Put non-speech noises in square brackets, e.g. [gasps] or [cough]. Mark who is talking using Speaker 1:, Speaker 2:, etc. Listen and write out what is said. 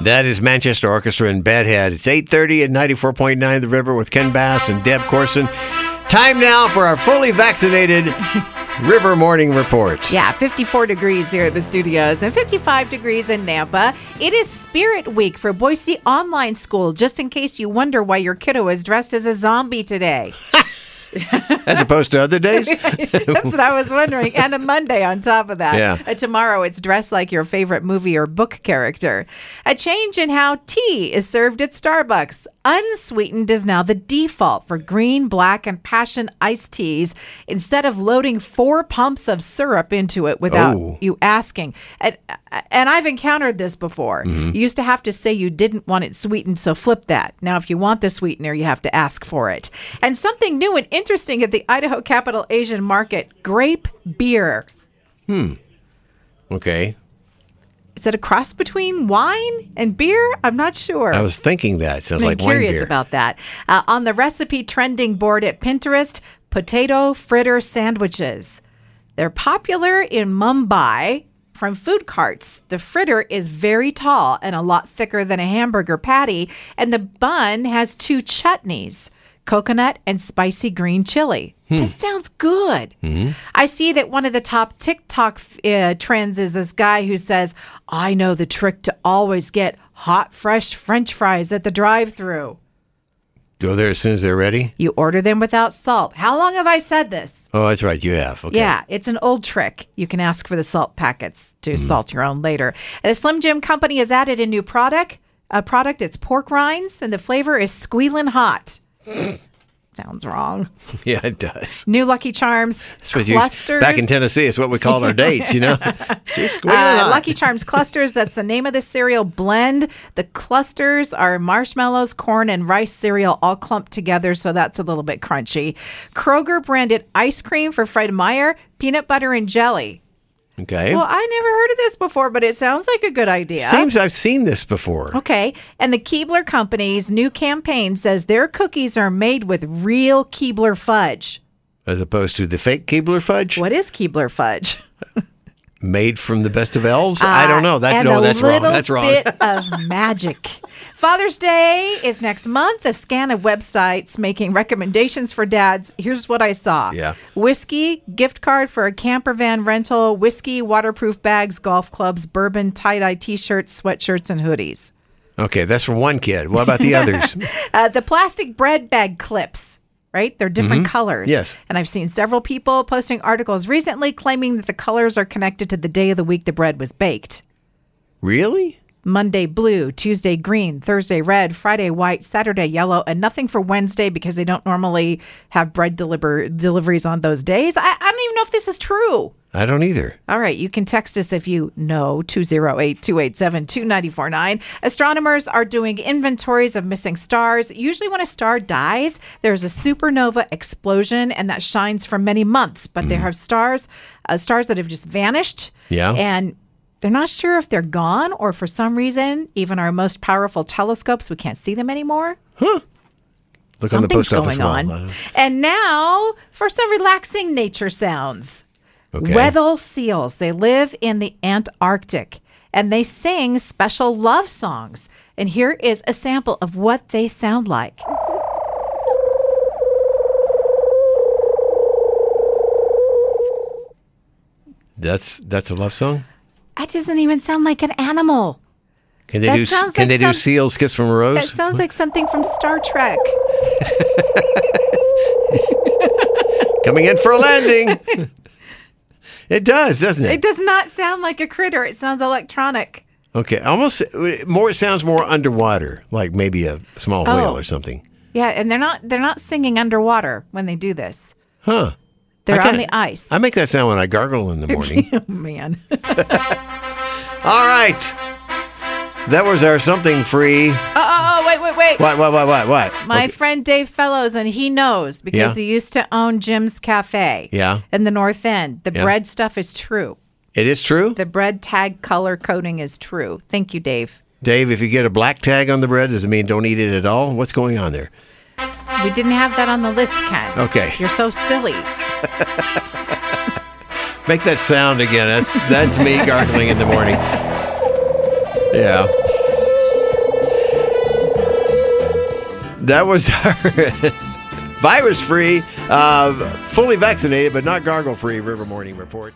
Speaker 1: That is Manchester Orchestra in Bedhead. It's 8.30 at 94.9 The River with Ken Bass and Deb Corson. Time now for our fully vaccinated
Speaker 2: [laughs]
Speaker 1: River Morning Report.
Speaker 2: Yeah, 54 degrees here at the studios and 55 degrees in Nampa. It is Spirit Week for Boise Online School, just in case you wonder why your kiddo is dressed as a zombie today. [laughs]
Speaker 1: As opposed to other days?
Speaker 2: That's what I was wondering. And a Monday on top of that.
Speaker 1: Yeah.
Speaker 2: [laughs] Uh, tomorrow it's dressed like your favorite movie or book character. A change in how tea is served at Starbucks. Unsweetened is now the default for green, black, and passion iced teas instead of loading four pumps of syrup into it without
Speaker 1: Oh.
Speaker 2: you asking. And, uh, and I've encountered this before. You used to have to say you didn't want it sweetened, so flip that. Now, if you want the sweetener, you have to ask for it. And something new and interesting at the Idaho Capital Asian Market grape beer.
Speaker 1: okay.
Speaker 2: Is it a cross between wine and beer? I'm not sure.
Speaker 1: I was thinking that. Sounds
Speaker 2: I'm
Speaker 1: like wine
Speaker 2: curious
Speaker 1: beer.
Speaker 2: about that. Uh, on the recipe trending board at Pinterest, potato fritter sandwiches. They're popular in Mumbai from food carts. The fritter is very tall and a lot thicker than a hamburger patty, and the bun has two chutneys. Coconut and spicy green chili. This sounds good. I see that one of the top TikTok uh, trends is this guy who says, I know the trick to always get hot, fresh French fries at the drive thru.
Speaker 1: Go there as soon as they're ready?
Speaker 2: You order them without salt. How long have I said this?
Speaker 1: Oh, that's right. You have. Okay.
Speaker 2: Yeah, it's an old trick. You can ask for the salt packets to
Speaker 1: Mm-hmm.
Speaker 2: salt your own later. And the Slim Jim company has added a new product. A product. It's pork rinds, and the flavor is squealing hot. [gasps] Sounds wrong.
Speaker 1: [laughs] Yeah, it does.
Speaker 2: New Lucky Charms
Speaker 1: That's what you-
Speaker 2: clusters.
Speaker 1: back in Tennessee, it's what we called our dates, you know? [laughs] Just squeal it
Speaker 2: [laughs] Uh,
Speaker 1: out.
Speaker 2: Lucky Charms clusters. That's the name of the cereal blend. The clusters are marshmallows, corn, and rice cereal all clumped together, so that's a little bit crunchy. Kroger branded ice cream for Fred Meyer, peanut butter and jelly.
Speaker 1: Okay.
Speaker 2: Well, I never heard of this before, but it sounds like a good idea.
Speaker 1: Seems I've seen this before.
Speaker 2: Okay. And the Keebler Company's new campaign says their cookies are made with real Keebler fudge.
Speaker 1: As opposed to the fake Keebler fudge
Speaker 2: What is Keebler fudge?
Speaker 1: made from the best of elves. I don't know. That's
Speaker 2: and
Speaker 1: no,
Speaker 2: a
Speaker 1: that's wrong.
Speaker 2: little
Speaker 1: That's wrong.
Speaker 2: bit of magic.
Speaker 1: [laughs]
Speaker 2: Father's Day is next month. A scan of websites making recommendations for dads. Here's what I saw.
Speaker 1: Yeah.
Speaker 2: Whiskey, gift card for a camper van rental, whiskey, waterproof bags, golf clubs, bourbon, tie-dye t-shirts, sweatshirts, and hoodies.
Speaker 1: Okay, that's from one kid. What about
Speaker 2: [laughs]
Speaker 1: the others?
Speaker 2: Uh, the plastic bread bag clips, right? They're different colors.
Speaker 1: Yes.
Speaker 2: And I've seen several people posting articles recently claiming that the colors are connected to the day of the week the bread was baked.
Speaker 1: really?
Speaker 2: Monday blue, Tuesday green, Thursday red, Friday white, Saturday yellow, and nothing for Wednesday because they don't normally have bread deliver- deliveries on those days. I-, I don't even know if this is true.
Speaker 1: I don't either.
Speaker 2: All right, you can text us if you know 208 287 2949. Astronomers are doing inventories of missing stars. Usually, when a star dies, there's a supernova explosion, and that shines for many months. But there are stars, uh, stars that have just vanished.
Speaker 1: Yeah.
Speaker 2: And they're not sure if they're gone or for some reason, even our most powerful telescopes, we can't see them anymore.
Speaker 1: Look on the
Speaker 2: Something's
Speaker 1: post office
Speaker 2: going on.
Speaker 1: wall. Uh-huh.
Speaker 2: And now for some relaxing nature sounds.
Speaker 1: Okay.
Speaker 2: Weddell seals. They live in the Antarctic and they sing special love songs. And here is a sample of what they sound like.
Speaker 1: That's that's a love song.
Speaker 2: That doesn't even sound like an animal.
Speaker 1: Can they
Speaker 2: That
Speaker 1: do? Can
Speaker 2: sounds like
Speaker 1: they do
Speaker 2: some-
Speaker 1: seals kiss from a
Speaker 2: That
Speaker 1: rose?
Speaker 2: sounds like something from Star Trek.
Speaker 1: Coming in for a
Speaker 2: [laughs]
Speaker 1: landing. it does, doesn't
Speaker 2: It
Speaker 1: it?
Speaker 2: does not sound like a critter, it sounds electronic.
Speaker 1: Okay, almost more. It sounds more underwater, like maybe a small
Speaker 2: Oh.
Speaker 1: whale or something.
Speaker 2: Yeah, and they're not they're not singing underwater when they do this.
Speaker 1: Huh?
Speaker 2: They're
Speaker 1: I
Speaker 2: on
Speaker 1: kinda-
Speaker 2: the ice.
Speaker 1: I make that sound when I gargle in the morning.
Speaker 2: [laughs] oh man. [laughs]
Speaker 1: All right. That was our something free.
Speaker 2: Oh, oh, oh, wait, wait, wait.
Speaker 1: What? What? What? What? What?
Speaker 2: My
Speaker 1: Okay.
Speaker 2: friend Dave Fellows, and he knows because
Speaker 1: Yeah.
Speaker 2: he used to own Jim's Cafe.
Speaker 1: Yeah.
Speaker 2: In the North End. The
Speaker 1: Yeah.
Speaker 2: bread stuff is true.
Speaker 1: it is true.
Speaker 2: The bread tag color coding is true. Thank you, Dave.
Speaker 1: Dave, if you get a black tag on the bread, does it mean don't eat it at all? What's going on there?
Speaker 2: We didn't have that on the list, Ken.
Speaker 1: Okay.
Speaker 2: You're so silly.
Speaker 1: Make that sound again. That's that's me gargling in the morning. Yeah. That was our [laughs] virus free, uh, fully vaccinated, but not gargle free River Morning Report.